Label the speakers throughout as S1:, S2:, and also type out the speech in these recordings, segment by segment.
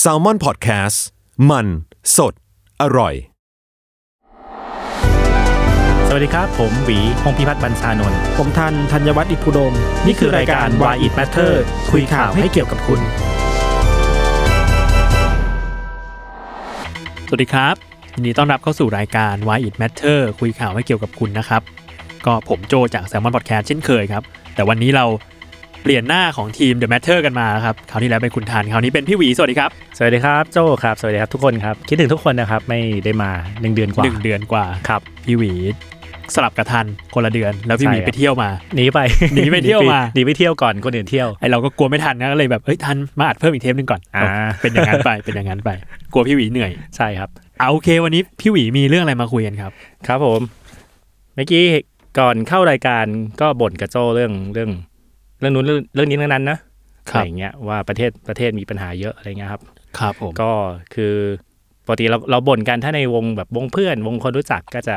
S1: แซลมอนพอดแคสต์มันสดอร่อย
S2: สวัสดีครับ ผมหวีพงพิพัฒน์บรรชานนท์
S3: ผมทันธัญวัฒน์อิพุดม
S2: นี่คือรายการ Why It Matter คุยข่าวให้เกี่ยวกับคุณ สวัสดีครับยินดีต้อนรับเข้าสู่รายการ Why It Matter คุยข่าวให้เกี่ยวกับคุณนะครับ ก็ผมโจจากแซมมอนพอดแคสต์เช่นเคยครับ แต่วันนี้เราเปลี่ยนหน้าของทีม The Matter กันมาครับคราวที่แล้วเป็นคุณทานคราวนี้เป็นพี่หวีสวัสดีครับ
S4: สวัสดีครับโจครับสวัสดีครับทุกคนครับ คิดถึงทุกคนนะครับ ไม่ได้มาหนึ่งเดือนกว่า
S2: หนึ่งเดือนกว่า
S4: ครับ
S2: พี่หวีสลับกับทันคนละเดือน แล้วพี่หวี
S4: ใช่ครับ
S2: ไปเที่ยวมา
S4: หนีไป
S2: หนีไป เที่ยวมา
S4: หนีไปเที่ยวก่อนคนอื่นเที่ยว
S2: ไอเราก็กลัวไม่ทันนะก็เลยแบบเอ้ยทันมาอัดเพิ่มอีกเทปหนึ่งก่อน
S4: อ่า
S2: เป็นอย่างนั้นไป เป็นอย่างนั้นไป กลัวพี่หวีเหนื่อย
S4: ใช่ครับ
S2: เอาโอเควันนี้พี่หวีมีเรื่องอะไรมาคุยกันครับ
S4: ครับผมเมื่อกี้ก่อนเข้ารายการก็บ่นกับโจเรื่องเรื่อง เรื่องนู้นเรื่องเรื่องนี้เรื่องนั้นนะครับ อะไรอย่างเงี้ยว่าประเทศประเทศมีปัญหาเยอะอะไรเงี้ยครับ
S2: ครับผม
S4: ก็คือปกติเราเราบ่นกันถ้าในวงแบบวงเพื่อน วงคนรู้จักก็จะ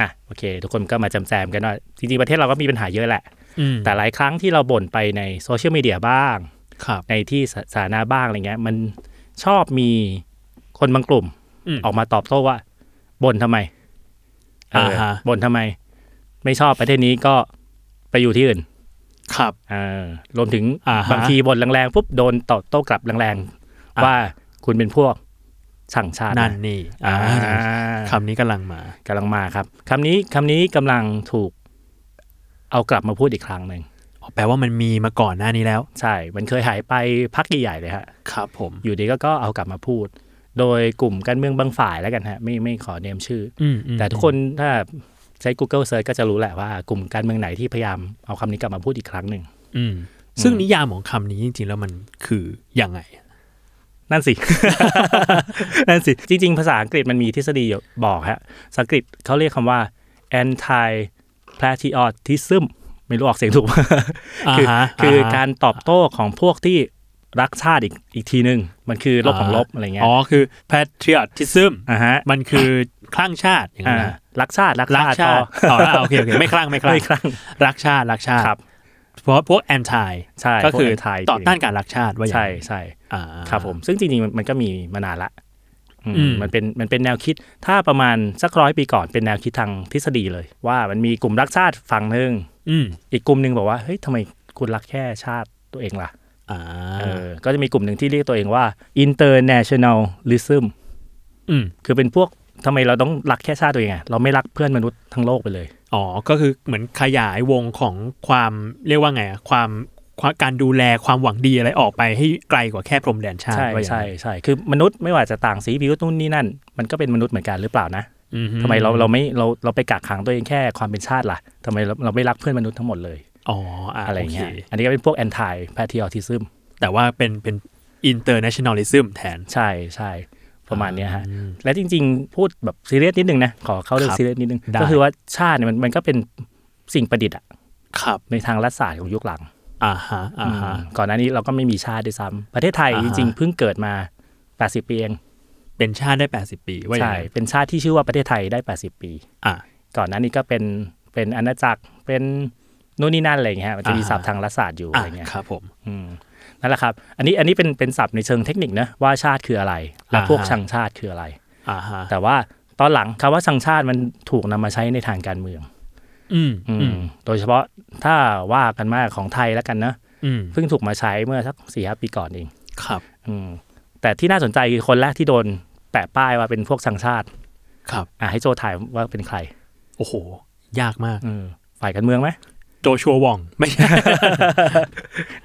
S4: อ่ะโอเค ทุกคนก็มาจำแจมกันว่าจริงๆประเทศเราก็มีปัญหาเยอะแหละ แต่
S2: แต่
S4: หลายครั้งที่เราบ่นไปในโซเชียลมีเดียบ้าง
S2: ครับ
S4: ในที่สาสาธารณะบ้างอะไรเงี้ย มันชอบมีคนบางกลุ่ม
S2: อืม
S4: ออกมาตอบโต้ว่าบ่นทำไมเออ
S2: อ่าฮะ
S4: บ่นทำไม ไม่ชอบประเทศนี้ก็ไปอยู่ที่อื่น
S2: ครับ
S4: เออรวมถึง
S2: อ่าฮะ
S4: บางทีบ่นแรงๆปุ๊บโดนตอบโต้กลับแรง
S2: อ่ะ
S4: ๆ ว่าคุณเป็นพวกสั่งชาติะ
S2: นั่นนี่อ่า
S4: อ่า
S2: คำนี้กำลังมาก
S4: ำลังมาครับคำนี้คำนี้กำลังถูกเอากลับมาพูดอีกครั้งหนึ่ง
S2: อ๋อแปลว่ามันมีมาก่อนหน้านี้แล้ว
S4: ใช่ มันเคยหายไปพักใหญ่ๆเลยฮะ
S2: ครับผม
S4: อยู่ดีก็ก็เอากลับมาพูด โดยกลุ่มการเมืองบางฝ่ายแล้วกันฮะไม่ไม่ขอเนมชื่ออ
S2: อืมอืม
S4: แต่ทุกคนถ้าใช้ Google Search ก็จะรู้แหละว่ากลุ่มการเมืองไหนที่พยายามเอาคำนี้กลับมาพูดอีกครั้งหนึ่ง
S2: อืมซึ่งนิยามของคำนี้จริงๆแล้วมันคือยังไง
S4: นั่นสิ นั่นสิ จริง ๆ ภาษาอังกฤษมันมีทฤษฎีอยู่บอกฮะภาษาอังกฤษเขาเรียกคำว่า anti patriotism ไม่รู้ออกเสียงถูกไหม
S2: อ่า
S4: คือ
S2: ฮะ
S4: คืออา
S2: ฮะ
S4: การตอบโต้ของพวกที่รักชาติอีกอีกทีหนึ่งมันคือลบของลบอะไรเงี้ย
S2: อ๋อคือ patriotism
S4: อ่าฮะ
S2: มันคือคลั่งชาติอย่างนั้
S4: อ่า
S2: นนะ
S4: รักชาติรัก
S2: รัก
S4: ชาติ
S2: ชาติ
S4: พอ
S2: อ๋อโอเคโอเคไม่คลั่งไม่คลั่ง
S4: ไม่ครั้ง
S2: รักชาติรักชาติ
S4: ครับ
S2: เพราะพวกแอนทาย
S4: ใช่
S2: ก็คือ
S4: พวไทย
S2: ต่อต้านการรักชาติว่าอย่าง
S4: ใช่
S2: นั้น
S4: ใช่
S2: อ่า
S4: ครับผม ซึ่งจริงๆมันมันก็มีมานานละอืม
S2: อืม
S4: มันเป็นมันเป็นแนวคิดถ้าประมาณสักร้อยปีก่อนเป็นแนวคิดทางทฤษฎีเลย ว่ามันมีกลุ่มรักชาติฝั่งหนึ่ง
S2: อืม
S4: อีกกลุ่มหนึ่งบอกว่าเฮ้ยทำไมคุณรักแค่ชาติตัวเองล่ะ
S2: อ่า
S4: เออก็จะมีกลุ่มหนึ่งที่เรียกตัวเองว่า internationalism
S2: อืม
S4: คือเป็นพวกทำไมเราต้องรักแค่ชาติตัวเองอะเราไม่รักเพื่อนมนุษย์ทั้งโลกไปเลย
S2: อ๋อก็คือเหมือนขยายวงของความเรียกว่าไงอะความความการดูแลความหวังดีอะไรออกไปให้ไกลกว่าแค่พรมแดนชาติ
S4: ใช่
S2: ว่าอย่าง
S4: ใช่
S2: นั้น
S4: ใช่คือมนุษย์ไม่ว่าจะต่างสีผิวนู่นนี่นั่น มันก็เป็นมนุษย์เหมือนกันหรือเปล่านะ
S2: อื
S4: ทำไมเราเราไม่เราเราไปกักขังตัวเองแค่ความเป็นชาติล่ะทำไมเราเราไม่รักเพื่อนมนุษย์ทั้งหมดเลย
S2: อ๋ออะ
S4: อะไรอย่างเงี้ย
S2: โค
S4: อันนี้ก็เป็นพวก anti patriotism
S2: แต่ว่าเป็นเป็น internationalism แทน
S4: ใช่ใช่ประมาณเนี้ยฮะและจริง ๆ พูดแบบซีเรียสนิดนึงนะ ขอเข้าเรื่อ
S2: ครั
S4: ง
S2: บ
S4: ซีเรียสนิดนึง
S2: ได้
S4: ก็คือว่าชาติเนี่ยมันมันก็เป็นสิ่งประดิษฐ์อะ
S2: ครับ
S4: ในทางรัฐศาสตร์ของยุคหลัง
S2: อ่าฮะอ่าฮะ
S4: อืมก่อนหน้านี้เราก็ไม่มีชาติด้วยซ้ำประเทศไทย
S2: อ่า
S4: จ
S2: ฮะ
S4: ริง ๆ เพิ่งเกิดมา 80 ปีเอง
S2: เป็นชาติได้ 80 ปีว่าอย่าง
S4: ใช่
S2: นั้น
S4: เป็นชาติที่ชื่อว่าประเทศไทยได้ 80 ปี
S2: อ่ะ
S4: ก่อนหน้านี้ก็เป็นเป็นอาณาจักรเป็นนู่นนี่นั่นอะไรอย่างเงี้ยมันจะมี
S2: อ่าฮะ
S4: ศัพท์ทางรัฐศาสตร์อยู่
S2: อ่ะ
S4: อะไรเงี้ย
S2: ครับผม
S4: อืมนั่นแหละครับ อันนี้อันนี้เป็นเป็นศัพท์ในเชิงเทคนิคนะว่าชาติคืออะไร และ
S2: อ่าฮะ
S4: พวกชังชาติคืออะไร
S2: อ่าฮะ
S4: แต่ว่าตอนหลังคำว่าชังชาติมันถูกนำมาใช้ในทางการเมือง
S2: อืม
S4: อืม
S2: อืม
S4: โดยเฉพาะถ้าว่ากันมากของไทยแล้วกันนะ
S2: อืม
S4: เพิ่งถูกมาใช้เมื่อสักสี่ห้าปีก่อนเอง
S2: ครับ
S4: อืมแต่ที่น่าสนใจคือคนแรกที่โดนแปะป้ายว่าเป็นพวกชังชาติ
S2: ครับ
S4: อ่ะให้โจถ่ายว่าเป็นใคร
S2: โอ้โห ยากมาก
S4: อืมฝ่ายการเมืองไหม
S2: โจชัววองไม่ใช่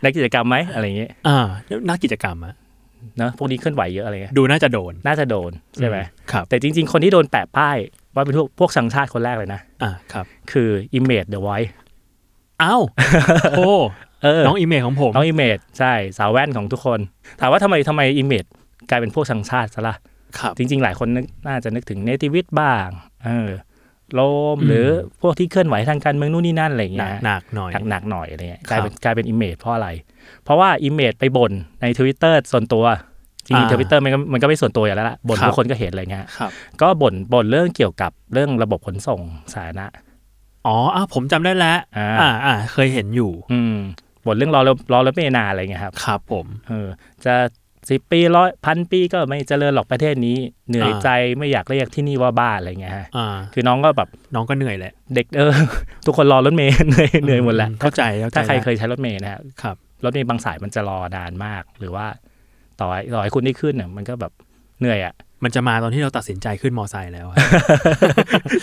S4: นักกิจกรรมไหมอะไรอย่างเงี้ย
S2: อ่าแล้วนักกิจกรรมอะ
S4: เนอะพวกนี้เคลื่อนไหวเยอะอะไรเงี้ย
S2: ดูน่าจะโดน
S4: น่าจะโดนใช่ไหม
S2: ครับ
S4: แต่จริง ๆ คนที่โดนแปะป้ายว่าเป็นพวกพวกชังชาติคนแรกเลยนะ
S2: อ่าครับ
S4: คือ Image The Voice
S2: อ้าวโอ้
S4: เออ
S2: น้องอีเมลของผม
S4: น้อง Image ใช่สาวแว่นของทุกคน ถามว่าทำไมทำไม Image กลายเป็นพวกชังชาติซะละ่ะ
S2: ครับ
S4: จริง ๆ หลายคนนึกน่าจะนึกถึงเนติวิทย์บ้างเออโลม
S2: อืม
S4: หรือพวกที่เคลื่อนไหวทางการเมืองนู่นนี่นั่นอะไรอย่าง
S2: หนัก
S4: เงี้ย
S2: หนักหน่อย
S4: หนักหนักหน่อยอะไรเงี้ย
S2: ค
S4: ก
S2: รับ
S4: ลายเป็นกลายเป็น Image เพราะอะไร เพราะว่า Image ไปบ่นใน Twitter ส่วนตัวจริง
S2: อ่า
S4: ๆทวิตเตอร์มันก็มันก็ไม่ส่วนตัวอยู่แล้วล่ะบ่น
S2: ครับ
S4: ทุกคนก็เห็นอะไรเงี้ย
S2: ครับ
S4: ก็บ่นบ่นเรื่องเกี่ยวกับเรื่องระบบขนส่งสาธารณะ
S2: อ๋ออ้าวผมจำได้แล้ว
S4: อ่า
S2: อ่าอ่าเคยเห็นอยู่
S4: อืม บทเรื่องรอรอรถเมล์นานอะไรเงี้ยครับ
S2: ครับผม
S4: เออจะสิปีร้อยพันปีก็ไม่เจริญหรอกประเทศนี้ เหนื่อย
S2: อ่า
S4: ใจไม่อยากเรียกที่นี่ว่าบ้านอะไรเงี้ยฮะ
S2: อ่า
S4: คือน้องก็แบบ
S2: น้องก็เหนื่อยแหละ
S4: เด็กเออ ทุกคนรอรถเมล์ เหนื่อยเหนื่อยหมดแหละ
S2: อืเข้าใจเข้าใจ
S4: ถ้าใคร
S2: ละ
S4: เคยใช้รถเมล์นะฮะ
S2: ครับ
S4: รถเมล์บางสายมันจะรอนานมาก หรือว่าต่อให้ต่อให้คุณได้ขึ้นเนี่ยมันก็แบบเหนื่อยอ่ะ
S2: มันจะมาตอนที่เราตัดสินใจขึ้นมอไซค์แล้วอะ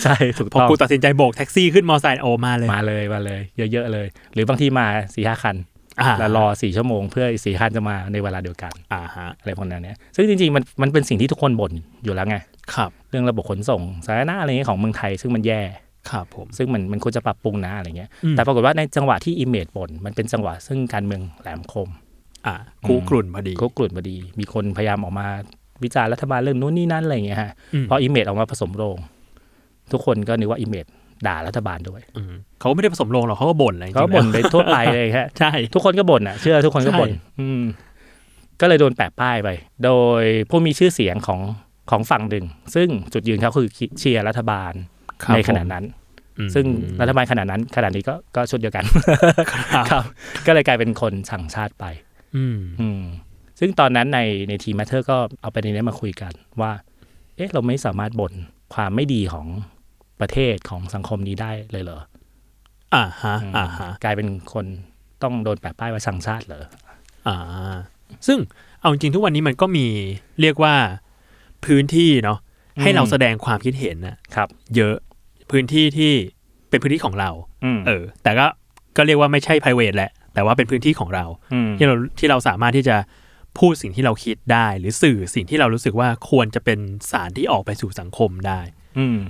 S4: ใช่ถูก
S2: พอ
S4: ต้อง
S2: กูตัดสินใจโบกแท็กซี่ขึ้นมอไซค์โอมาเลย
S4: มาเลยมาเลย เยอะๆเลย หรือบางทีมาสี่ห้าคัน
S2: อ่า
S4: แล้วรอสี่ชั่วโมงเพื่อสี่คันจะมาในเวลาเดียวกัน
S2: อ่าฮะ
S4: อะไรพวกนั้นเนี่ยซึ่งจริงๆมันมันเป็นสิ่งที่ทุกคนบ่นอยู่แล้วไง
S2: ครับ
S4: เรื่องระบบขนส่งสาธารณะอะไรเงี้ยของเมืองไทย ซึ่งมันแย่
S2: ครับผม
S4: ซึ่งมันมันควรจะปรับปรุงนะอะไรเงี้ย
S2: อืม
S4: แต่ปรากฏว่าในจังหวะที่อิมเมจบ่นมันเป็นจังหวะซึ่งการเมืองแหลมคม
S2: อ่าคูกรุ่นพอดี
S4: ก็กลุ่นพอดี มีคนพยายามออกมาวิจารณ์รัฐบาลเรื่องนู้นนี่นั่นอะไรเงี้ยฮะ
S2: อืม
S4: พออิมเมจออกมาผสมโรง ทุกคนก็นึกว่าอิมเมจด่ารัฐบาลด้วย
S2: อืมเขาไม่ได้ผสมลงหรอกเขาก็บ่นอะไรจริง
S4: ก็
S2: ๆ
S4: บ่น
S2: แล้ว
S4: ไปทั่วไปเลยฮะ
S2: ใช่
S4: ทุกคนก็บ่นอ่ะ เชื่อทุกคนก็บ่น
S2: ใช่
S4: อืมก็เลยโดนแปะป้ายไป โดยผู้มีชื่อเสียงของของฝั่งหนึ่ง ซึ่งจุดยืนเขาคือเชียร์รัฐบาล
S2: ครับ
S4: ในขณะนั้น
S2: ผมอืม
S4: ซึ่งรัฐบาลขณะนั้นขณะนี้ก็ก็ชุดเดียวกัน ครับ ก็เลยกลายเป็นคนสั่งชาติไป
S2: อืม
S4: อืมซึ่งตอนนั้นในในทีมแมทเทอร์ก็เอาประเด็นนี้มาคุยกันว่า เอ๊ะเราไม่สามารถบ่นความไม่ดีของประเทศของสังคมนี้ได้เลยเหรอ
S2: อ่าฮะ
S4: อืม
S2: อ่าฮะ
S4: กลายเป็นคนต้องโดนแปะป้ายว่าสั่งชาติเหรอ
S2: อ่า ซึ่งเอาจริงๆทุกวันนี้มันก็มีเรียกว่าพื้นที่เนาะให้
S4: อืม
S2: เราแสดงความคิดเห็นนะครับ เยอะพื้นที่ที่เป็นพื้นที่ของเรา
S4: อืม
S2: เออ แต่ก็ก็เรียกว่าไม่ใช่ p r i v a t แหละ แต่ว่าเป็นพื้นที่ของเรา
S4: อืม
S2: ที่เราที่เราสามารถที่จะพูดสิ่งที่เราคิดได้ หรือสื่อสิ่งที่เรารู้สึกว่าควรจะเป็นสารที่ออกไปสู่สังคมได้
S4: อืม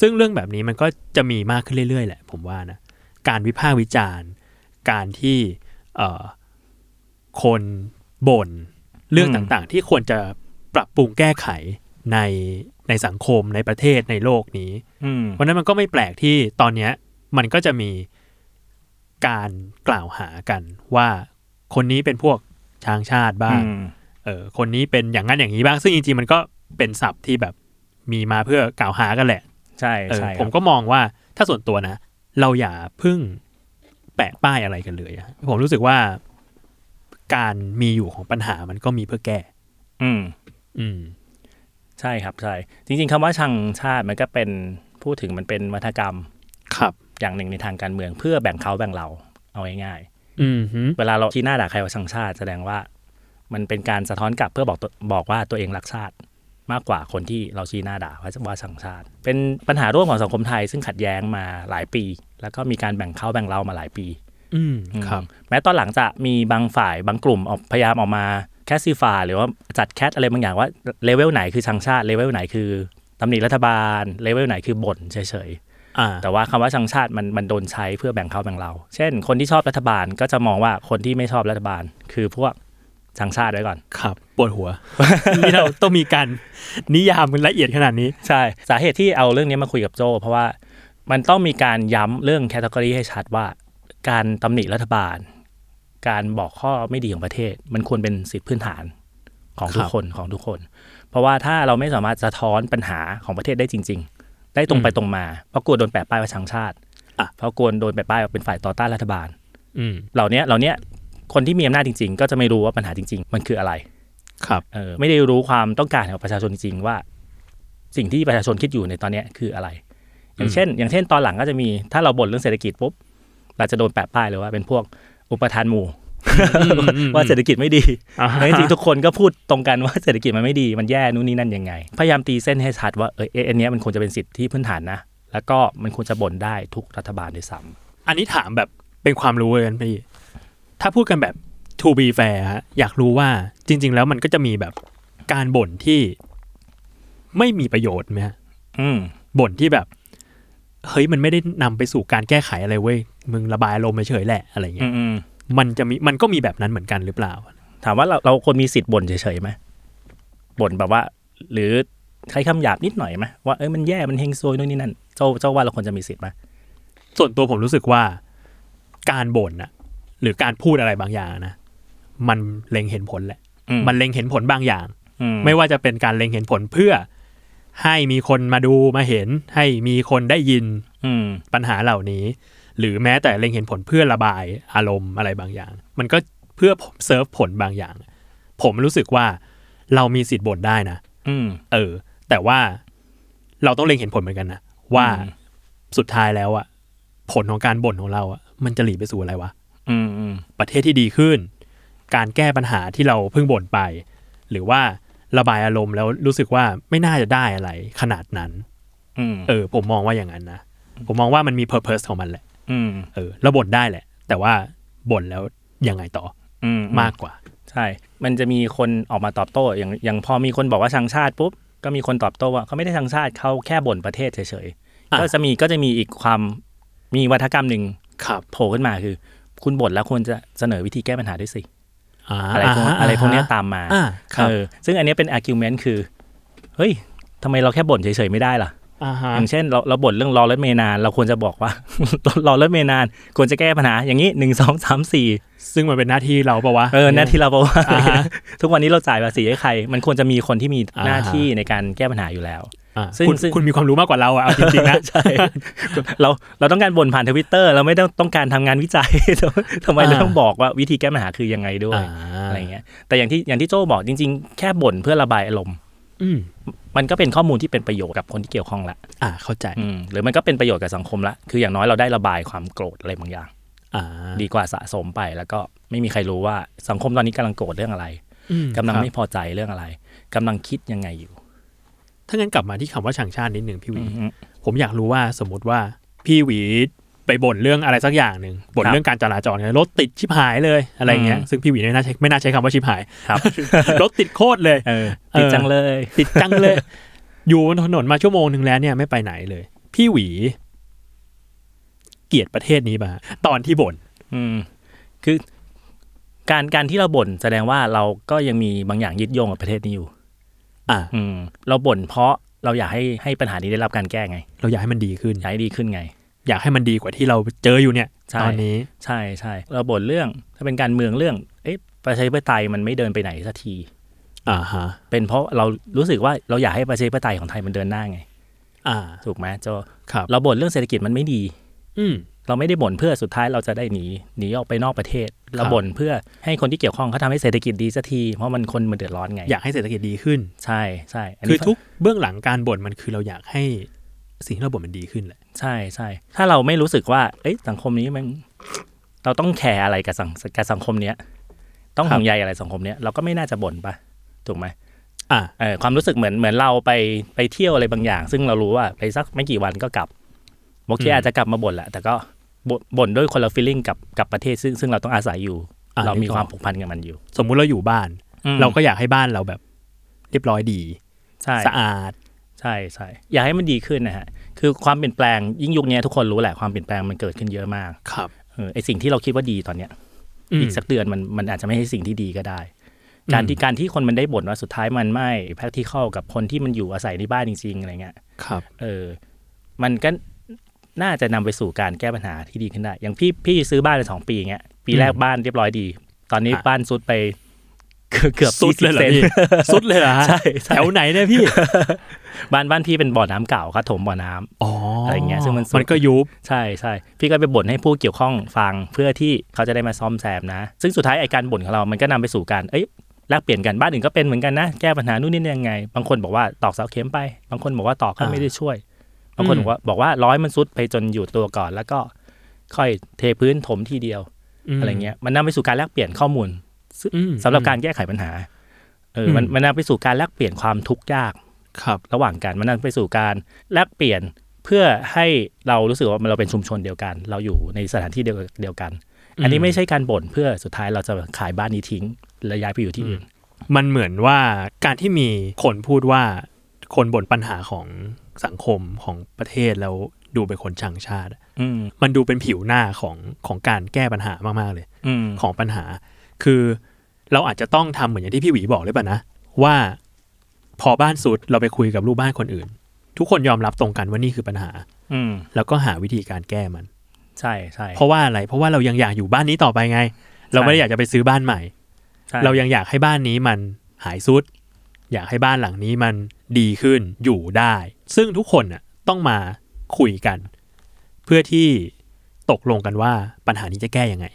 S2: ซึ่งเรื่องแบบนี้มันก็จะมีมากขึ้นเรื่อยๆแหละ ผมว่านะการวิพากษ์วิจารณ์ การที่เอ่อคนบ่นเรื่องต่างๆ ที่ควรจะปรับปรุงแก้ไขในในสังคมในประเทศในโลกนี้
S4: อืม
S2: เพราะฉะนั้นมันก็ไม่แปลกที่ตอนเนี้ยมันก็จะมีการกล่าวหากันว่าคนนี้เป็นพวกช้างชาติบ้าง เออคนนี้เป็นอย่างนั้นอย่างนี้บ้าง ซึ่งจริงๆมันก็เป็นศัพท์ที่แบบมีมาเพื่อกล่าวหากันแหละ
S4: ใช่
S2: เออ
S4: ใช่ครับ
S2: ผมก็มองว่าถ้าส่วนตัวนะ เราอย่าเพึ่งแปะป้ายอะไรกันเลยอะผมรู้สึกว่าการมีอยู่ของปัญหามันก็มีเพื่อแก้
S4: อืม
S2: อืม
S4: ใช่ครับใช่ จริง ๆคำว่าชังชาติมันก็เป็นพูดถึงมันเป็นวัฒกรรม
S2: ครับ
S4: อย่างหนึ่งในทางการเมือง เพื่อแบ่งเขาแบ่งเราเอาง่าย
S2: อืมฮึ
S4: ๆเวลาเราที่หน้าด่าใครว่าชังชาติแสดงว่า มันเป็นการสะท้อนกลับเพื่อบอกตัวบอกว่าตัวเองรักชาติ มากกว่าคนที่เราชี้หน้าด่าว่าว่าชังชาติ เป็นปัญหาร่วมของสังคมไทย ซึ่งขัดแย้งมาหลายปี แล้วก็มีการแบ่งเขาแบ่งเรามาหลายปี
S2: อืม
S4: อืม
S2: ครับ
S4: แม้ตอนหลังจะมีบางฝ่ายบางกลุ่มออกพยายามออกมาแคสซีฟาหรือว่าจัดแคสอะไรบางอย่างว่าเลเวลไหนคือชังชาติเลเวลไหนคือตำหนิรัฐบาลเลเวลไหนคือบ่นเฉย
S2: อ่า
S4: ๆแต่ว่าคำว่าชังชาติมันมันโดนใช้เพื่อแบ่งเขาแบ่งเรา เช่น คนที่ชอบรัฐบาลก็จะมองว่าคนที่ไม่ชอบรัฐบาล คือพวกชังชาติไว้ก่อน
S2: ครับปวด หัว นี่เราต้องมีการนิยามกันละเอียดขนาดนี้
S4: ใช่ สาเหตุที่เอาเรื่องนี้มาคุยกับโจ เพราะว่ามันต้องมีการย้ำเรื่องแคตตากรีให้ชัดว่า การตำหนิรัฐบาล การบอกข้อไม่ดีของประเทศ มันควรเป็นสิทธิพื้นฐานของ
S2: ค
S4: ทุก
S2: รับ
S4: คนของทุกคน เพราะว่าถ้าเราไม่สามารถสะท้อนปัญหาของประเทศได้จริง ๆ ได้ตรงไป
S2: อืม
S4: ตรงมา เพราะกลัวโดนแปะป้ายว่าชังชาติ
S2: อ่ะ
S4: เพราะกลัวโดนแปะป้ายว่าเป็นฝ่ายต่อต้านรัฐบาล
S2: อืม
S4: เหล่าเนี้ยเหล่าเนี้ยคนที่มีอำนาจจริง ๆ ก็จะไม่รู้ว่าปัญหาจริง ๆ มันคืออะไร
S2: ครับ
S4: เออไม่ได้รู้ความต้องการของประชาชนจริงๆว่าสิ่งที่ประชาชนคิดอยู่ในตอนเนี้ยคืออะไร อย่างเช่น อย่างเช่นตอนหลังก็จะมีถ้าเราบ่นเรื่องเศรษฐกิจปุ๊บเราจะโดนแปะป้ายเลยว่าเป็นพวกอุปทานหมู่ ว่าเศรษฐกิจไม่ดี
S2: อ่าฮะ
S4: แต่จริงๆทุกคนก็พูดตรงกันว่าเศรษฐกิจมันไม่ดีมันแย่นู่นนี่นั่นยังไง พยายามตีเส้นให้ชัดว่าเออเอ๊ะอันเนี้ยมันควรจะเป็นสิทธิพื้นฐานนะแล้วก็มันควรจะบ่นได้ทุกรัฐบาลด้วยซ้
S2: อันนี้ถามแบบเป็นความรู้เลยกันพี่ ถ้าพูดกันแบบ to be fair ฮะอยากรู้ว่าจริง ๆ แล้วมันก็จะมีแบบการบ่นที่ไม่มีประโยชน์ไหมฮะ
S4: ำอืม
S2: บ่นที่แบบ เฮ้ยมันไม่ได้นำไปสู่การแก้ไขอะไรเว้ย มึงระบายอารมณ์เฉยๆแหละอะไรเงี้ย
S4: อืม
S2: มันจะมีมันก็มีแบบนั้นเหมือนกันหรือเปล่า
S4: ๆถามว่าเราเราควรมีสิทธิ์บ่นเฉยๆไหมบ่นแบบว่า หรือใช้คำหยาบนิดหน่อยไหมว่าเอ้ยมันแย่มันเฮงซวยนู่นนี่นั่นเจ้าเจ้าว่าเราควรจะมีสิทธิ์ไหม
S2: ส่วนตัวผมรู้สึกว่าการบ่นอะหรือการพูดอะไรบางอย่างนะ มันเล็งเห็นผลแหละ
S4: อืม
S2: มันเล็งเห็นผลบางอย่าง
S4: อืม
S2: ไม่ว่าจะเป็นการเล็งเห็นผลเพื่อให้มีคนมาดูมาเห็น ให้มีคนได้ยิน
S4: อืม
S2: ปัญหาเหล่านี้ หรือแม้แต่เล็งเห็นผลเพื่อระบายอารมณ์อะไรบางอย่าง มันก็เพื่อเซิร์ฟผลบางอย่าง ผมรู้สึกว่าเรามีสิทธิ์บ่นได้นะ
S4: อืม
S2: เออ แต่ว่าเราต้องเล็งเห็นผลเหมือนกันนะว่า
S4: อืม
S2: สุดท้ายแล้วอะผลของการบ่นของเราอะมันจะหลีไปสู่อะไรวะ
S4: อืมอืม
S2: ประเทศที่ดีขึ้น การแก้ปัญหาที่เราเพิ่งบ่นไป หรือว่าระบายอารมณ์แล้วรู้สึกว่าไม่น่าจะได้อะไรขนาดนั้น
S4: อืม
S2: เออ ผมมองว่าอย่างนั้นนะ ผมมองว่ามันมี purpose ของมันแหละ
S4: อืม
S2: เออเราบ่นได้แหละ แต่ว่าบ่นแล้วยังไงต่อ
S4: อืม
S2: มากกว่า
S4: ใช่ มันจะมีคนออกมาตอบโต้ อย่างอย่างพอมีคนบอกว่าชังชาติปุ๊บ ก็มีคนตอบโต้ว่าเขาไม่ได้ชังชาติเขาแค่บ่นประเทศเฉยๆ
S2: อ่ะ
S4: ก็จะมีก็จะมีอีกความมีวัฒกรรมหนึ่ง
S2: ครับ
S4: โผล่ขึ้นมาคือ คุณบ่นแล้วควรจะเสนอวิธีแก้ปัญหาด้วยสิ
S2: อา
S4: อะไรพวก
S2: าฮ
S4: อะไรพวกเนี้ย
S2: อ่ฮะ
S4: ตามมา
S2: อ่าครับ
S4: เออซึ่งอันเนี้ยเป็น argument คือ เฮ้ยทำไมเราแค่บ่นเฉยๆไม่ได้ล่ะ
S2: อ่าฮะ
S4: อย่างเช่นเราเราบ่นเรื่องรอรถเมล์นาน เราควรจะบอกว่า รอรถเมล์นาน ควรจะแก้ปัญหาอย่างนี้หนึ่งสองสามสี่
S2: ซึ่งมันเป็นหน้าที่เราปะวะ
S4: เออหน้าที่เราบอกว่า
S2: อ่าฮะ
S4: ทุกวันนี้เราจ่ายภาษีให้ใคร มันควรจะมีคนที่มีหน้า
S2: อ่าฮะ
S4: ที่ในการแก้ปัญหาอยู่แล้ว
S2: อ่า
S4: ซึ่ง
S2: คุณ
S4: ซึ่ง
S2: คุณมีความรู้มากกว่าเราอะเอาจริงๆนะ
S4: ใช่เราเราต้องการบ่นผ่านทวิตเตอร์เราไม่ต้องต้องการทำงานวิจัย ทำไมเรา
S2: อ่า
S4: ต้องบอกว่าวิธีแก้ปัญหาคือยังไงด้วยอะไรเงี้ยแต่อย่างที่อย่างที่โจ้บอกจริง ๆ แค่บ่นเพื่อระบายอารมณ์
S2: อืม
S4: มันก็เป็นข้อมูลที่เป็นประโยชน์กับคนที่เกี่ยวข้องละ
S2: อ่าเข้าใจ
S4: อืมหรือมันก็เป็นประโยชน์กับสังคมละคืออย่างน้อยเราได้ระบายความโกรธอะไรบางอย่าง
S2: อ่า
S4: ดีกว่าสะสมไป แล้วก็ไม่มีใครรู้ว่าสังคมตอนนี้กำลังโกรธเรื่องอะไร
S2: อืม
S4: กำลั
S2: ค
S4: ง
S2: รับ
S4: ไม่พอใจเรื่องอะไรกำลังคิดยังไงอยู่
S2: ถ้างั้นกลับมาที่คำว่าชังชาตินิดหนึ่งพี่หวี ผมอยากรู้ว่าสมมติว่าพี่หวีไปบ่นเรื่องอะไรสักอย่างหนึ่งบ่น
S4: ครับ
S2: เรื่องการจราจรเนี่ยรถติดชิบหายเลยอะไรเงี้ย
S4: อืม
S2: ซึ่งพี่หวีไม่น่าใช้ไม่น่าใช้คำว่าชิบหาย
S4: ครับ
S2: รถติดโคตรเลย
S4: เออติดจังเลย
S2: ติดจังเลย อยู่บนถนนมาชั่วโมงหนึ่งแล้วเนี่ยไม่ไปไหนเลย พี่หวี เกลียดประเทศนี้ป่ะฮะตอนที่บ่น
S4: อืม คือการการที่เราบ่นแสดงว่าเราก็ยังมีบางอย่างยึดโยงกับประเทศนี้อยู่
S2: อ่ะ
S4: อืม เราบ่นเพราะเราอยากให้ให้ปัญหานี้ได้รับการแก้ไง
S2: เราอยากให้มันดีขึ้น
S4: อยากให้ดีขึ้นไง
S2: อยากให้มันดีกว่าที่เราเจออยู่เนี่ย
S4: ใช่
S2: ตอนนี้
S4: ใช่ใช่เราบ่นเรื่องถ้าเป็นการเมืองเรื่อง เอ๊ะประชาธิปไตยมันไม่เดินไปไหนสักที
S2: อ่าฮะ
S4: เป็นเพราะเรารู้สึกว่าเราอยากให้ประชาธิปไตยของไทยมันเดินหน้าไง
S2: อ่า
S4: ถูกไหมโจ
S2: ครับ
S4: เราบ่นเรื่องเศรษฐกิจมันไม่ดี
S2: อืม
S4: เราไม่ได้บ่นเพื่อสุดท้ายเราจะได้หนีหนีออกไปนอกประเทศ เราบ่นเพื่อให้คนที่เกี่ยวข้องเขาทำให้เศรษฐกิจดีสักทีเพราะมันคนมันเดือดร้อนไง
S2: อยากให้เศรษฐกิจดีขึ้น
S4: ใช่ใช่น
S2: คือ
S4: นี้
S2: ทุกเบื้องหลังการบ่นมันคือเราอยากให้สิ่งที่เราบ่นมันดีขึ้นแหละ
S4: ใช่ใช่ถ้าเราไม่รู้สึกว่า เอ้ยสังคมนี้มัน เราต้องแคร์อะไรกับสังกับสังคมเนี้ย ต้อง
S2: ครั
S4: ห่
S2: บ
S4: วงใยอะไรสังคมเนี้ยเราก็ไม่น่าจะบ่นปะถูกไหม
S2: อ่ะ
S4: เออความรู้สึกเหมือนเหมือนเราไปไปเที่ยวอะไรบางอย่าง ซึ่งเรารู้ว่าไปสักไม่กี่วันก็กลับโอเคอาจจะกลับมาบ่นแหละแต่ก็บ่นบ่นด้วยคนละฟีลลิ่งกับกับประเทศซึ่งซึ่งเราต้องอาศัยอยู่
S2: อ่ะ
S4: เรามีความ
S2: นึกอ
S4: ผูกพันกับมันอยู่
S2: อกสมมุติเราอยู่บ้าน เรา
S4: เรา
S2: ก็อยากให้บ้านเราแบบ เรียบร้อยดี
S4: ใช่
S2: สะอาด
S4: ใช่ใช่อยากให้มันดีขึ้นนะฮะคือความเปลี่ยนแปลงยิ่งยุคนี้ทุกคนรู้แหละความเปลี่ยนแปลงมันเกิดขึ้นเยอะมาก
S2: ครับ
S4: เออไอสิ่งที่เราคิดว่าดีตอนเนี้ยอี
S2: อี
S4: ก
S2: ก
S4: สั
S2: สัก
S4: กเดือนมันมันอาจจะไม่ใช่สิ่งที่ดีก็ได้ การที่การที่คนมันได้บ่นว่าสุดท้ายมันไม่ practical กับคนที่มันอยู่อาศัยในบ้านจริงๆอะไรเงี้ย
S2: ครับ
S4: เออมันก็น่าจะนำไปสู่การแก้ปัญหาที่ดีขึ้นได้ อย่างพี่พี่ซื้อบ้านไปสองปีเงี้ยปีแรกบ้านเรียบร้อยดี ตอนนี้
S2: อ่ะ
S4: บ้านซุดไปเกือบเกือบ
S2: สุดเลยเหรอ
S4: 20ซน
S2: พี่ สุดเลยเหรอฮะ
S4: ใช่ใช่
S2: แถวไหนเนี่ยพี่
S4: บ้านบ้านพี่เป็นบ่อน้ำเก่าครับถมบ่อน้ำ
S2: อ๋ออะไร
S4: เงี้ยซึ่งมันสุด
S2: มันก็ยุบ
S4: ใช่ใช่พี่ก็ไปบ่นให้ผู้เกี่ยวข้องฟังเพื่อที่เขาจะได้มาซ่อมแซมนะ ซึ่งสุดท้ายไอการบ่นของเรา มันก็นำไปสู่การเอ้ยแลกเปลี่ยนกันบ้านอื่นก็เป็นเหมือนกันนะ แก้ปัญหานู่นนี่ยังไง บางคนบอกว่าตอกเสาเข็มไป บางคนบอกว่าตอกก็
S2: อ่า
S4: ไม่ได้ช่วย บางคน
S2: อืม
S4: บอกว่าบอกว่าร้อยมันซุดไปจนอยู่ตัวก่อน แล้วก็ค่อยเทพื้นถมทีเดียว
S2: ม
S4: อะไรเงี้ยมันนำไปสู่การแลกเปลี่ยนข้อมูล
S2: อืม
S4: สำหรับการแก้ไขปัญหาเอออ
S2: ม
S4: มันมันนำไปสู่การแลกเปลี่ยนความทุกข์ยาก
S2: ครับ
S4: ระหว่างกันมันนำไปสู่การแลกเปลี่ยนเพื่อให้เรารู้สึกว่าเราเป็นชุมชนเดียวกัน เราอยู่ในสถานที่เดียวเดียวกัน อันนี้ไม่ใช่การบ่นเพื่อสุดท้ายเราจะขายบ้านนี้ทิ้งแล้วย้ายไปอยู่ที่อื่น
S2: มันเหมือนว่าการที่มีคนพูดว่าคนบ่นปัญหาของสังคมของประเทศแล้วดูเป็นคนชังชาติ
S4: อืม
S2: มันดูเป็นผิวหน้าของของการแก้ปัญหามากๆเลย
S4: อืม
S2: ของปัญหาคือเราอาจจะต้องทำเหมือนอย่างที่พี่หวีบอกเลยป่ะนะ ว่าพอบ้านสุดเราไปคุยกับลูกบ้านคนอื่น ทุกคนยอมรับตรงกันว่านี่คือปัญหา
S4: อืม
S2: แล้วก็หาวิธีการแก้มัน
S4: ใช่ใช่
S2: เพราะว่าอะไรเพราะว่าเรายังอยากอยู่บ้านนี้ต่อไปไง เราไม่ได้อยากจะไปซื้อบ้านใหม่
S4: ใช่
S2: เรายังอยากให้บ้านนี้มันหายสุด อยากให้บ้านหลังนี้มันดีขึ้นอยู่ได้ ซึ่งทุกคนน่ะต้องมาคุยกัน เพื่อที่ ตกลงกันว่าปัญหานี้จะแก้ยังไง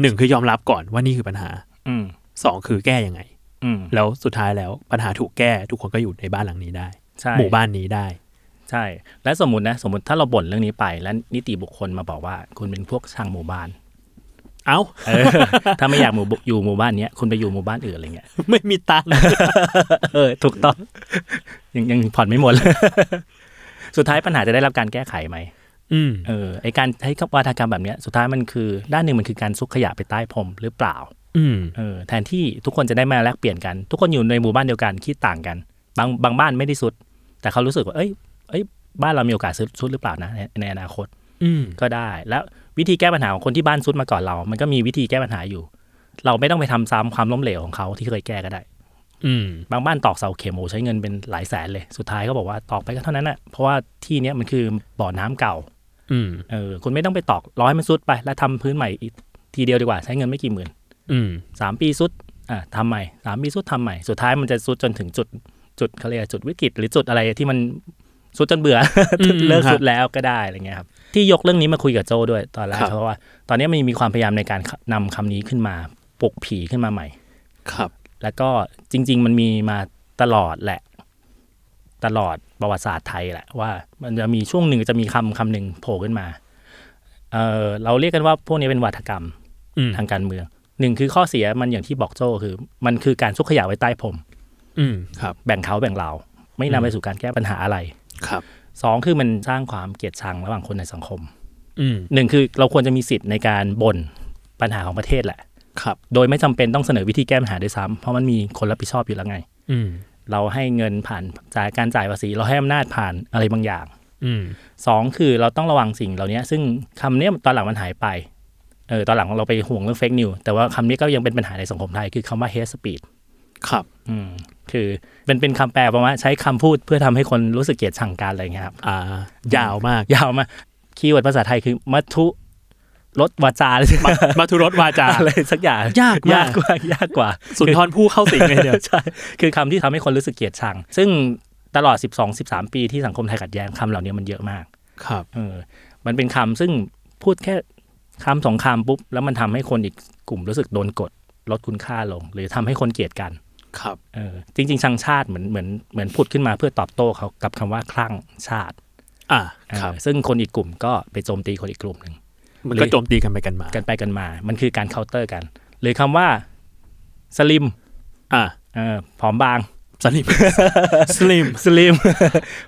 S2: หนึ่งคือยอมรับก่อนว่านี่คือปัญหา
S4: อืม
S2: สองคือแก้ยังไง
S4: อืม
S2: แล้วสุดท้ายแล้วปัญหาถูกแก้ทุกคนก็อยู่ในบ้านหลังนี้ได้
S4: ใช่
S2: หมู่บ้านนี้ได้
S4: ใช่ และสมมตินะสมมติถ้าเราบ่นเรื่องนี้ไป แล้วนิติบุคคลมาบอกว่า คุณเป็นพวกช่างหมู่บ้าน
S2: เอ้า
S4: เออ ถ้าไม่อยากหมู่บุอยู่หมู่บ้านเนี้ยคุณไปอยู่หมู่บ้านอื่นอะไรเงี้ย
S2: ไม่มีตังค์
S4: เออถูกต้อง ยังยังผ่อนไม่หมดเลย สุดท้ายปัญหาจะได้รับการแก้ไขไหม
S2: อืม
S4: เออไอการใช้คำวาทกรรมแบบเนี้ยสุดท้ายมันคือด้านหนึ่งมันคือการซุกขยะไปใต้พรมหรือเปล่า
S2: อืม
S4: เออแทนที่ทุกคนจะได้มาแลกเปลี่ยนกัน ทุกคนอยู่ในหมู่บ้านเดียวกันคิดต่างกัน บางบางบ้านไม่ได้สุด แต่เขารู้สึกว่าเอ้ยเอ้ย บ้านเรามีโอกาสสุดหรือเปล่านะในในอนาคต
S2: อืม
S4: ก็ได้แล้ววิธีแก้ปัญหาของคนที่บ้านซุดมาก่อนเรา มันก็มีวิธีแก้ปัญหาอยู่ เราไม่ต้องไปทำซ้ำความล้มเหลวของเขาที่เคยแก้ก็ได้
S2: อืม
S4: บางบ้านตอกเสาเข็มโอ้ใช้เงินเป็นหลายแสนเลย สุดท้ายก็บอกว่าตอกไปก็เท่านั้นแหะเพราะว่าที่เนี้ยมันคือบ่อน้ำเก่า
S2: อืม
S4: เออคุณไม่ต้องไปตอกร้อยมันซุดไป แล้วทำพื้นใหม่อีกทีเดียวดีกว่าใช้เงินไม่กี่หมื่น
S2: อืม
S4: สามปีซุดอ่ะทำใหม่สามปีซุดทำใหม่สุดท้ายมันจะซุดจนถึงจุดจุดเขาเรียกจุดวิกฤตหรือจุดอะไรที่มันซุดจนเบื่อ
S2: อืม
S4: เลิก
S2: ครับ
S4: สุดแล้วก็ได้อะไรเงี้ยครับที่ยกเรื่องนี้มาคุยกับโจด้วยตอนแรก
S2: ครับ
S4: เพราะว่า ตอนนี้มันมีความพยายามในการนำคำนี้ขึ้นมาปลุกผีขึ้นมาใหม่
S2: ครับ
S4: แล้วก็จริง ๆ มันมีมาตลอดแหละ ตลอดประวัติศาสตร์ไทยแหละว่า มันจะมีช่วงหนึ่งจะมีคำคำหนึ่งโผล่ขึ้นมาเออเราเรียกกันว่าพวกนี้เป็นวาทกรรม
S2: อืม
S4: ทางการเมืองหนึ่งคือข้อเสียมันอย่างที่บอกโจคือ มันคือการซุกขยะไว้ใต้พรม
S2: อืม ครับ
S4: แบ่งเขาแบ่งเรา ไม่นำไปสู่การแก้ปัญหาอะไร
S2: ครับ
S4: สองคือมันสร้างความเกลียดชังระหว่างคนในสังคม
S2: อืม
S4: หนึ่งคือเราควรจะมีสิทธิ์ในการบ่นปัญหาของประเทศแหละ
S2: ครับ
S4: โดยไม่จำเป็นต้องเสนอวิธีแก้ปัญหาด้วยซ้ำเพราะมันมีคนรับผิดชอบอยู่แล้วไง
S2: อืม
S4: เราให้เงินผ่านจ่ายการจ่ายภาษี เราให้อำนาจผ่านอะไรบางอย่าง
S2: อืม
S4: สองคือเราต้องระวังสิ่งเหล่านี้ซึ่งคำเนี้ยตอนหลังมันหายไปเออตอนหลังเราไปห่วงเรื่องเฟกนิวแต่ว่าคำนี้ก็ยังเป็นปัญหาในสังคมไทยคือคำว่า hate speech
S2: ครับ
S4: อืมคือเป็นเป็นคำแปลประมาณว่าใช้คำพูดเพื่อทำให้คนรู้สึกเกลียดชังกันอะไรอย่างเงี้ยครับ
S2: อ่า ยาวมาก
S4: ยาวมาคีย์เวิร์ดภาษาไทยคือมัทุรถวาจาเลย
S2: มาทุรสวาจา
S4: อะไรสักอย่าง
S2: ยากมาก
S4: ยากกว่ายากกว่า
S2: สุนทรผู้เข้าสิงเลยเดียว
S4: ใช่คือ คำที่ทำให้คนรู้สึกเกลียดชัง ซึ่งตลอด 12 13 ปีที่สังคมไทยขัดแย้งคำเหล่านี้มันเยอะมาก
S2: ครับ
S4: เออมันเป็นคำซึ่งพูดแค่คำสองคำปุ๊บ แล้วมันทำให้คนอีกกลุ่มรู้สึกโดนกด ลดคุณค่าลง หรือทำให้คนเกลียดกัน
S2: ครับ
S4: เออจริง ๆ ชังชาติเหมือนเหมือนเหมือนพูดขึ้นมาเพื่อตอบโต้เขากับคำว่าคลั่งชาติ
S2: อ่า
S4: เออ
S2: ครับ
S4: ซึ่งคนอีกกลุ่มก็ไปโจมตีคนอีกกลุ่มหนึ่ง
S2: มันก็โจมตีกันไปกันมา
S4: กันไปกันมา มันคือการเคาน์เตอร์กัน หรือคำว่าสลิม
S2: อ่า
S4: เออผอมบาง
S2: ส ลิม สลิม
S4: ส ลิม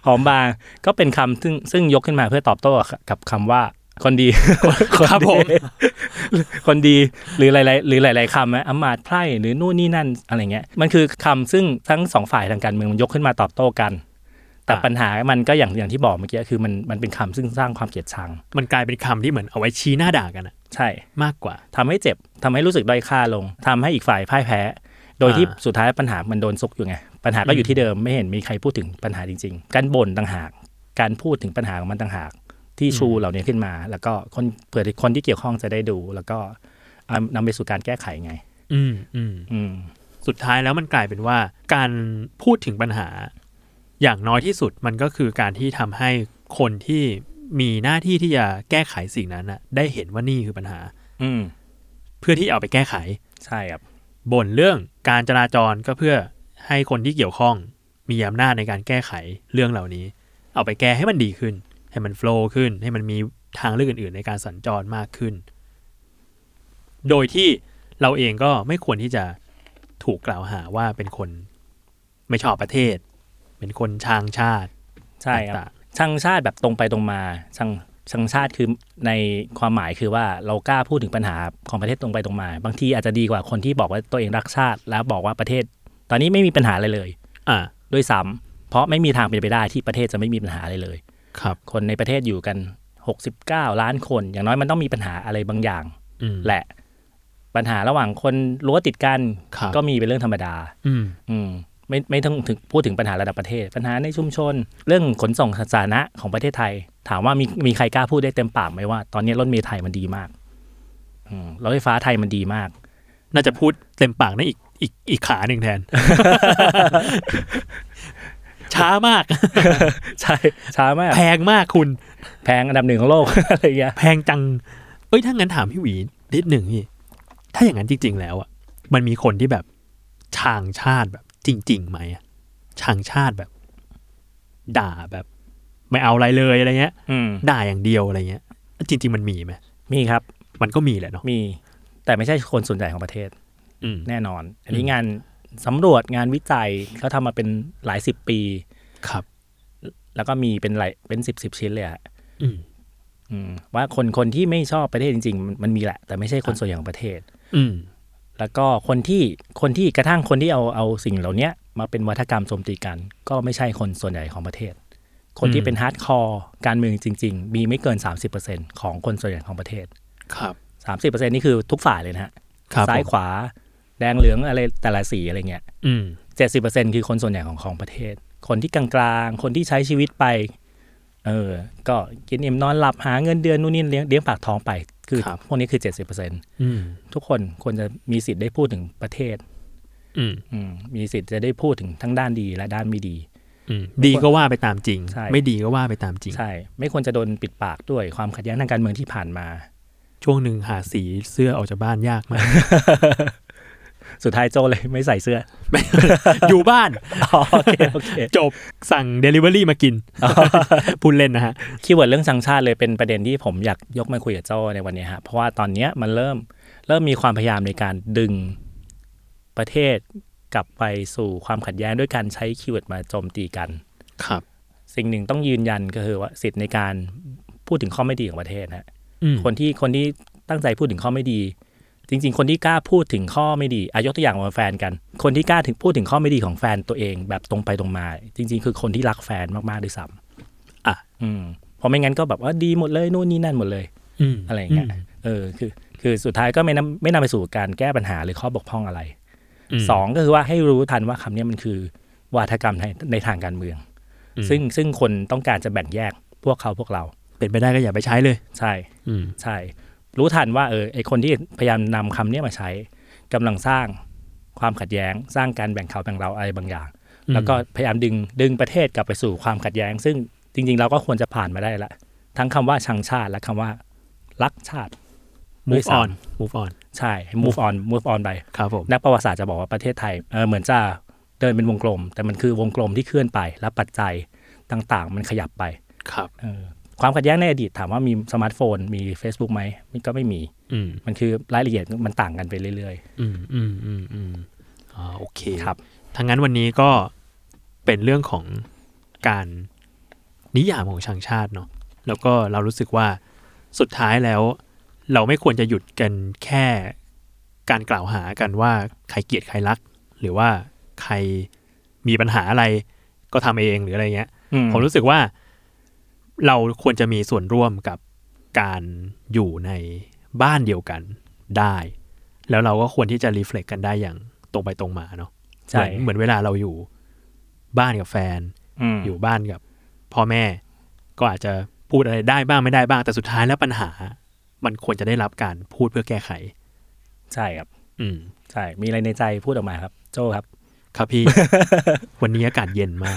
S4: ผอมบาง ก็เป็นคำซึ่งซึ่งยกขึ้นมาเพื่อตอบโต้กับคำว่าคนดี คน
S2: ครับ
S4: ดี
S2: ผม
S4: คนดี หรือหลายๆหรือหลายๆคำนะอำมาตย์ไพร่หรือนู่นนี่นั่นอะไรเงี้ย มันคือคำซึ่งทั้งสองฝ่ายทางการเมืองมันยกขึ้นมาตอบโต้กัน แต่
S2: อ่ะ
S4: ปัญหามันก็อย่างอย่างที่บอกเมื่อกี้คือมันมันเป็นคำซึ่งสร้างความเกลียดชัง
S2: มันกลายเป็นคำที่เหมือนเอาไว้ชี้หน้าด่ากันอะ
S4: ใช่
S2: มากกว่า
S4: ทำให้เจ็บทำให้รู้สึกด้อยค่าลงทำให้อีกฝ่ายพ่ายแพ้ โดยที่
S2: อ่า
S4: สุดท้ายปัญหามันโดนซุกอยู่ไง ปัญหาก็อยู่ที่เดิมไม่เห็นมีใครพูดถึงปัญหาจริง ๆ การบ่นต่างหาก การพูดถึงปัญหาของมันต่างหาก ที่ชูเหล่านี้ขึ้นมา แล้วก็คนเผื่อคนที่เกี่ยวข้องจะได้ดู แล้วก็เอานำไปสู่การแก้ไขไง
S2: อืม อืม
S4: อืม
S2: สุดท้ายแล้วมันกลายเป็นว่าการพูดถึงปัญหา อย่างน้อยที่สุดมันก็คือการที่ทำให้คนที่มีหน้าที่ที่จะแก้ไขสิ่งนั้นน่ะได้เห็นว่านี่คือปัญหา
S4: อืม
S2: เพื่อที่เอาไปแก้ไข
S4: ใช่ครับ
S2: บ่นเรื่องการจราจรก็เพื่อให้คนที่เกี่ยวข้องมีอำนาจในการแก้ไขเรื่องเหล่านี้ เอาไปแก้ให้มันดีขึ้น ให้มันโฟล์ขึ้น ให้มันมีทางเลือกอื่น ๆ ในการสัญจรมากขึ้น โดยที่เราเองก็ไม่ควรที่จะถูกกล่าวหาว่าเป็นคนไม่ชอบประเทศ เป็นคนชางชาติ
S4: ใช่ครับ
S2: ต่าง
S4: ช่างชาติแบบตรงไปตรงมาช่างช่างชาติคือในความหมายคือว่าเรากล้าพูดถึงปัญหาของประเทศตรงไปตรงมา บางทีอาจจะดีกว่าคนที่บอกว่าตัวเองรักชาติ แล้วบอกว่าประเทศ ตอนนี้ไม่มีปัญหาอะไรเลย
S2: ๆอ่า
S4: ด้วยซ้ำเพราะไม่มีทางเป็นไปได้ที่ประเทศจะไม่มีปัญหาอะไรเลย
S2: ครับ
S4: คนในประเทศอยู่กัน 69 ล้านคน อย่างน้อยมันต้องมีปัญหาอะไรบางอย่าง
S2: อืม
S4: แหละปัญหาระหว่างคนรั้วติดกัน
S2: ครับ
S4: ก็มีเป็นเรื่องธรรมดา
S2: อืม
S4: อืมไม่ไม่ต้องถึงพูดถึงปัญหาระดับประเทศ ปัญหาในชุมชน เรื่องขนส่งสาธารณะของประเทศไทย ถามว่ามีมีใครกล้าพูดได้เต็มปากไหมว่า ตอนนี้รถเมล์ไทยมันดีมากอืมรถไฟฟ้าไทยมันดีมาก
S2: น่าจะพูดเต็มปากนะอีกอีกอีกขาหนึ่งแทน ช้ามาก
S4: ใช่ช้ามาก
S2: แพงมากคุณ
S4: แพงอันดับหนึ่งของโลก อะไรอย่างเงี้ย
S2: แพงจัง เอ้ยถ้างั้นถามพี่หวีนิดหนึ่งพี่ ถ้าอย่างนั้นจริง ๆ แล้วอ่ะมันมีคนที่แบบชางชาติแบบ จริงๆไหมอะชางชาติแบบ ด่าแบบ ไม่เอาอะไรเลยอะไรเงี้ย
S4: อืม
S2: ด่าอย่างเดียวอะไรเงี้ย จริง ๆ มันมีไหม
S4: มีครับ
S2: มันก็มีแหละเนาะ
S4: มี แต่ไม่ใช่คนส่วนใหญ่ของประเทศ
S2: อืม
S4: แน่นอน อันนี้งานสำรวจงานวิจัยเขาทำมาเป็นหลายสิบปี
S2: ครับ
S4: แล้วก็มีเป็นหลายเป็นสิบสิบชิ้นเลยอะ
S2: อืม
S4: อืมว่าคนคนที่ไม่ชอบประเทศจริงๆมันมันมีแหละ แต่ไม่ใช่คนส่วนใหญ่ของประเทศ
S2: อืม
S4: แล้วก็คนที่คนที่กระทั่งคนที่เอาเอาสิ่งเหล่าเนี้ยมาเป็นวัฒกรรมโจมตีกัน ก็ไม่ใช่คนส่วนใหญ่ของประเทศ คน
S2: อื
S4: ที่
S2: ม
S4: เป็นฮาร์ดคอร์การเมืองจริง ๆ มีไม่เกิน 30%ของคนส่วนใหญ่ของประเทศ
S2: ครับ
S4: 30%นี่คือทุกฝ่ายเลยนะฮะ
S2: ครับ
S4: ซ้าย
S2: ผม
S4: ขวา แดงเหลืองอะไรแต่ละสีอะไรเงี้ย
S2: อืม
S4: เจ็ดสิบเปอร์เซ็นคือคนส่วนใหญ่ของของประเทศ คนที่กลางๆ คนที่ใช้ชีวิตไป เออ ก็กินอิ่มนอนหลับหาเงินเดือนนู่นนี่เลี้ยงเลี้ยงปากท้องไป คือ
S2: ครับ
S4: พวกนี้คือเจ็ดสิบเปอร์เซ็น
S2: อืม
S4: ทุกคนควรจะมีสิทธิ์ได้พูดถึงประเทศ
S2: อืม
S4: อืมมีสิทธิ์จะได้พูดถึงทั้งด้านดีและด้านไม่ดี
S2: อืมดีก็ว่าไปตามจริง
S4: ใช่
S2: ไม่ดีก็ว่าไปตามจริง
S4: ใช่ ไม่ควรจะโดนปิดปากด้วยความขัดแย้งทางการเมืองที่ผ่านมา
S2: ช่วงหนึ่งหาสีเสื้อออกจากบ้านยากมาก
S4: สุดท้ายโจเลยไม่ใส่เสื้อ
S2: อยู่บ้าน
S4: อ๋อโอเคโอเค
S2: จบสั่ง Delivery มา กิน พูดเล่นนะฮะ
S4: คีย์เวิร์ดเรื่องสังชาติเลยเป็นประเด็นที่ผมอยากยกมาคุยกับโจในวันนี้ฮะเพราะว่าตอนเนี้ยมันเริ่ม เริ่มมีความพยายามในการดึงประเทศกลับไปสู่ความขัดแย้งด้วยการใช้คีย์เวิร์ดมาโจมตีกัน
S2: ครับ
S4: สิ่งหนึ่งต้องยืนยันก็คือว่าสิทธิ์ในการพูดถึงข้อไม่ดีของประเทศฮะ
S2: อืม
S4: คนที่คนที่ตั้งใจพูดถึงข้อไม่ดี จริง ๆ คนที่กล้าพูดถึงข้อไม่ดีอายกตัวอย่างมาแฟนกัน คนที่กล้าถึงพูดถึงข้อไม่ดีของแฟนตัวเองแบบตรงไปตรงมา จริง ๆ คือคนที่รักแฟนมากๆด้วยซ้ำ
S2: อ่ะ
S4: อืมเพราะไม่งั้นก็แบบว่าดีหมดเลยนู่นนี่นั่นหมดเลย
S2: อืม
S4: อะไรอย่างเงี้ย เออ คือ คือสุดท้ายก็ไม่นำไม่นำไปสู่การแก้ปัญหาหรือข้อบกพร่องอะไร สองก็คือว่าให้รู้ทันว่าคำเนี้ยมันคือวาทกรรมในในทางการเมือง ซึ่งซึ่งคนต้องการจะแบ่งแยกพวกเขาพวกเรา
S2: เป็นไปได้ก็อย่าไปใช้เลย
S4: ใช่
S2: อืม
S4: ใช่ รู้ทันว่าเออไอคนที่พยายามนำคำเนี้ยมาใช้กำลังสร้างความขัดแย้ง สร้างการแบ่งเขาแบ่งเราอะไรบางอย่าง
S2: อืม
S4: แล้วก็พยายามดึงดึงประเทศกลับไปสู่ความขัดแย้ง ซึ่งจริง ๆ เราก็ควรจะผ่านมาได้ละทั้งคำว่าชังชาติและคำว่ารักชาติ ด้วย
S2: move
S4: ซ้ำ
S2: on move on
S4: ใช่ให้ move on move on ไป
S2: ครับผม
S4: นักประวัติศาสตร์จะบอกว่าประเทศไทยเออเหมือนจะเดินเป็นวงกลม แต่มันคือวงกลมที่เคลื่อนไป และปัจจัยต่างๆ มันขยับไป
S2: ครับ
S4: เออความขัดแย้งในอดีตถามว่ามีสมาร์ทโฟน มี Facebook ไหมมันก็ไม่มี
S2: อืม
S4: มันคือรายละเอียดมันต่างกันไปเรื่อย
S2: อืมอืมอืมอืมอ่าโอเค
S4: ครับ
S2: ทั้งนั้นวันนี้ก็เป็นเรื่องของการนิยามของชางชาติเนาะแล้วก็เรารู้สึกว่าสุดท้ายแล้ว เราไม่ควรจะหยุดกันแค่การกล่าวหากันว่าใครเกลียดใครรัก หรือว่าใครมีปัญหาอะไรก็ทำเองหรืออะไรเงี้ย
S4: ๆอื
S2: ผมรู้สึกว่าเราควรจะมีส่วนร่วมกับการอยู่ในบ้านเดียวกันได้ แล้วเราก็ควรที่จะรีเฟล็กกันได้อย่างตรงไปตรงมาเนาะ
S4: ใช่
S2: เหมือนเหมือนเวลาเราอยู่บ้านกับแฟน
S4: ม
S2: อยู่บ้านกับพ่อแม่ ก็อาจจะพูดอะไรได้บ้างไม่ได้บ้าง แต่สุดท้ายแล้วปัญหา มันควรจะได้รับการพูดเพื่อแก้ไข
S4: ใช่ครับ
S2: อืม
S4: ใช่มีอะไรในใจพูดออกมาครับ โจครับ
S2: ครับ พี่ วันนี้อากาศเย็นมาก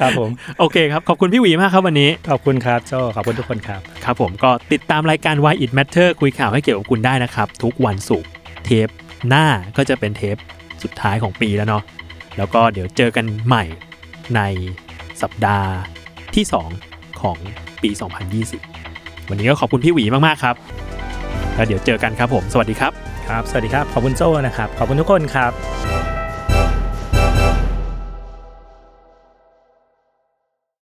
S4: ครับผม
S2: โอเคครับ ขอบคุณพี่หวีมากครับวันนี้
S4: ขอบคุณครับโจขอบคุณทุกคนครับ
S2: ครับผมก็ติดตามรายการ Why It Matter คุยข่าวให้เกี่ยวกับคุณได้นะครับ ทุกวันศุกร์เทปหน้าก็จะเป็นเทปสุดท้ายของปีแล้วเนาะแล้วก็เดี๋ยวเจอกันใหม่ในสัปดาห์ที่ 2 ของปี 2020 วันนี้ก็ขอบคุณพี่หวีมาก ๆ ครับ แล้วเดี๋ยวเจอกันครับผม สวัสดีครับ
S4: ครับ สวัสดีครับ ขอบคุณโจนะครับ ขอบคุณทุกคนครับ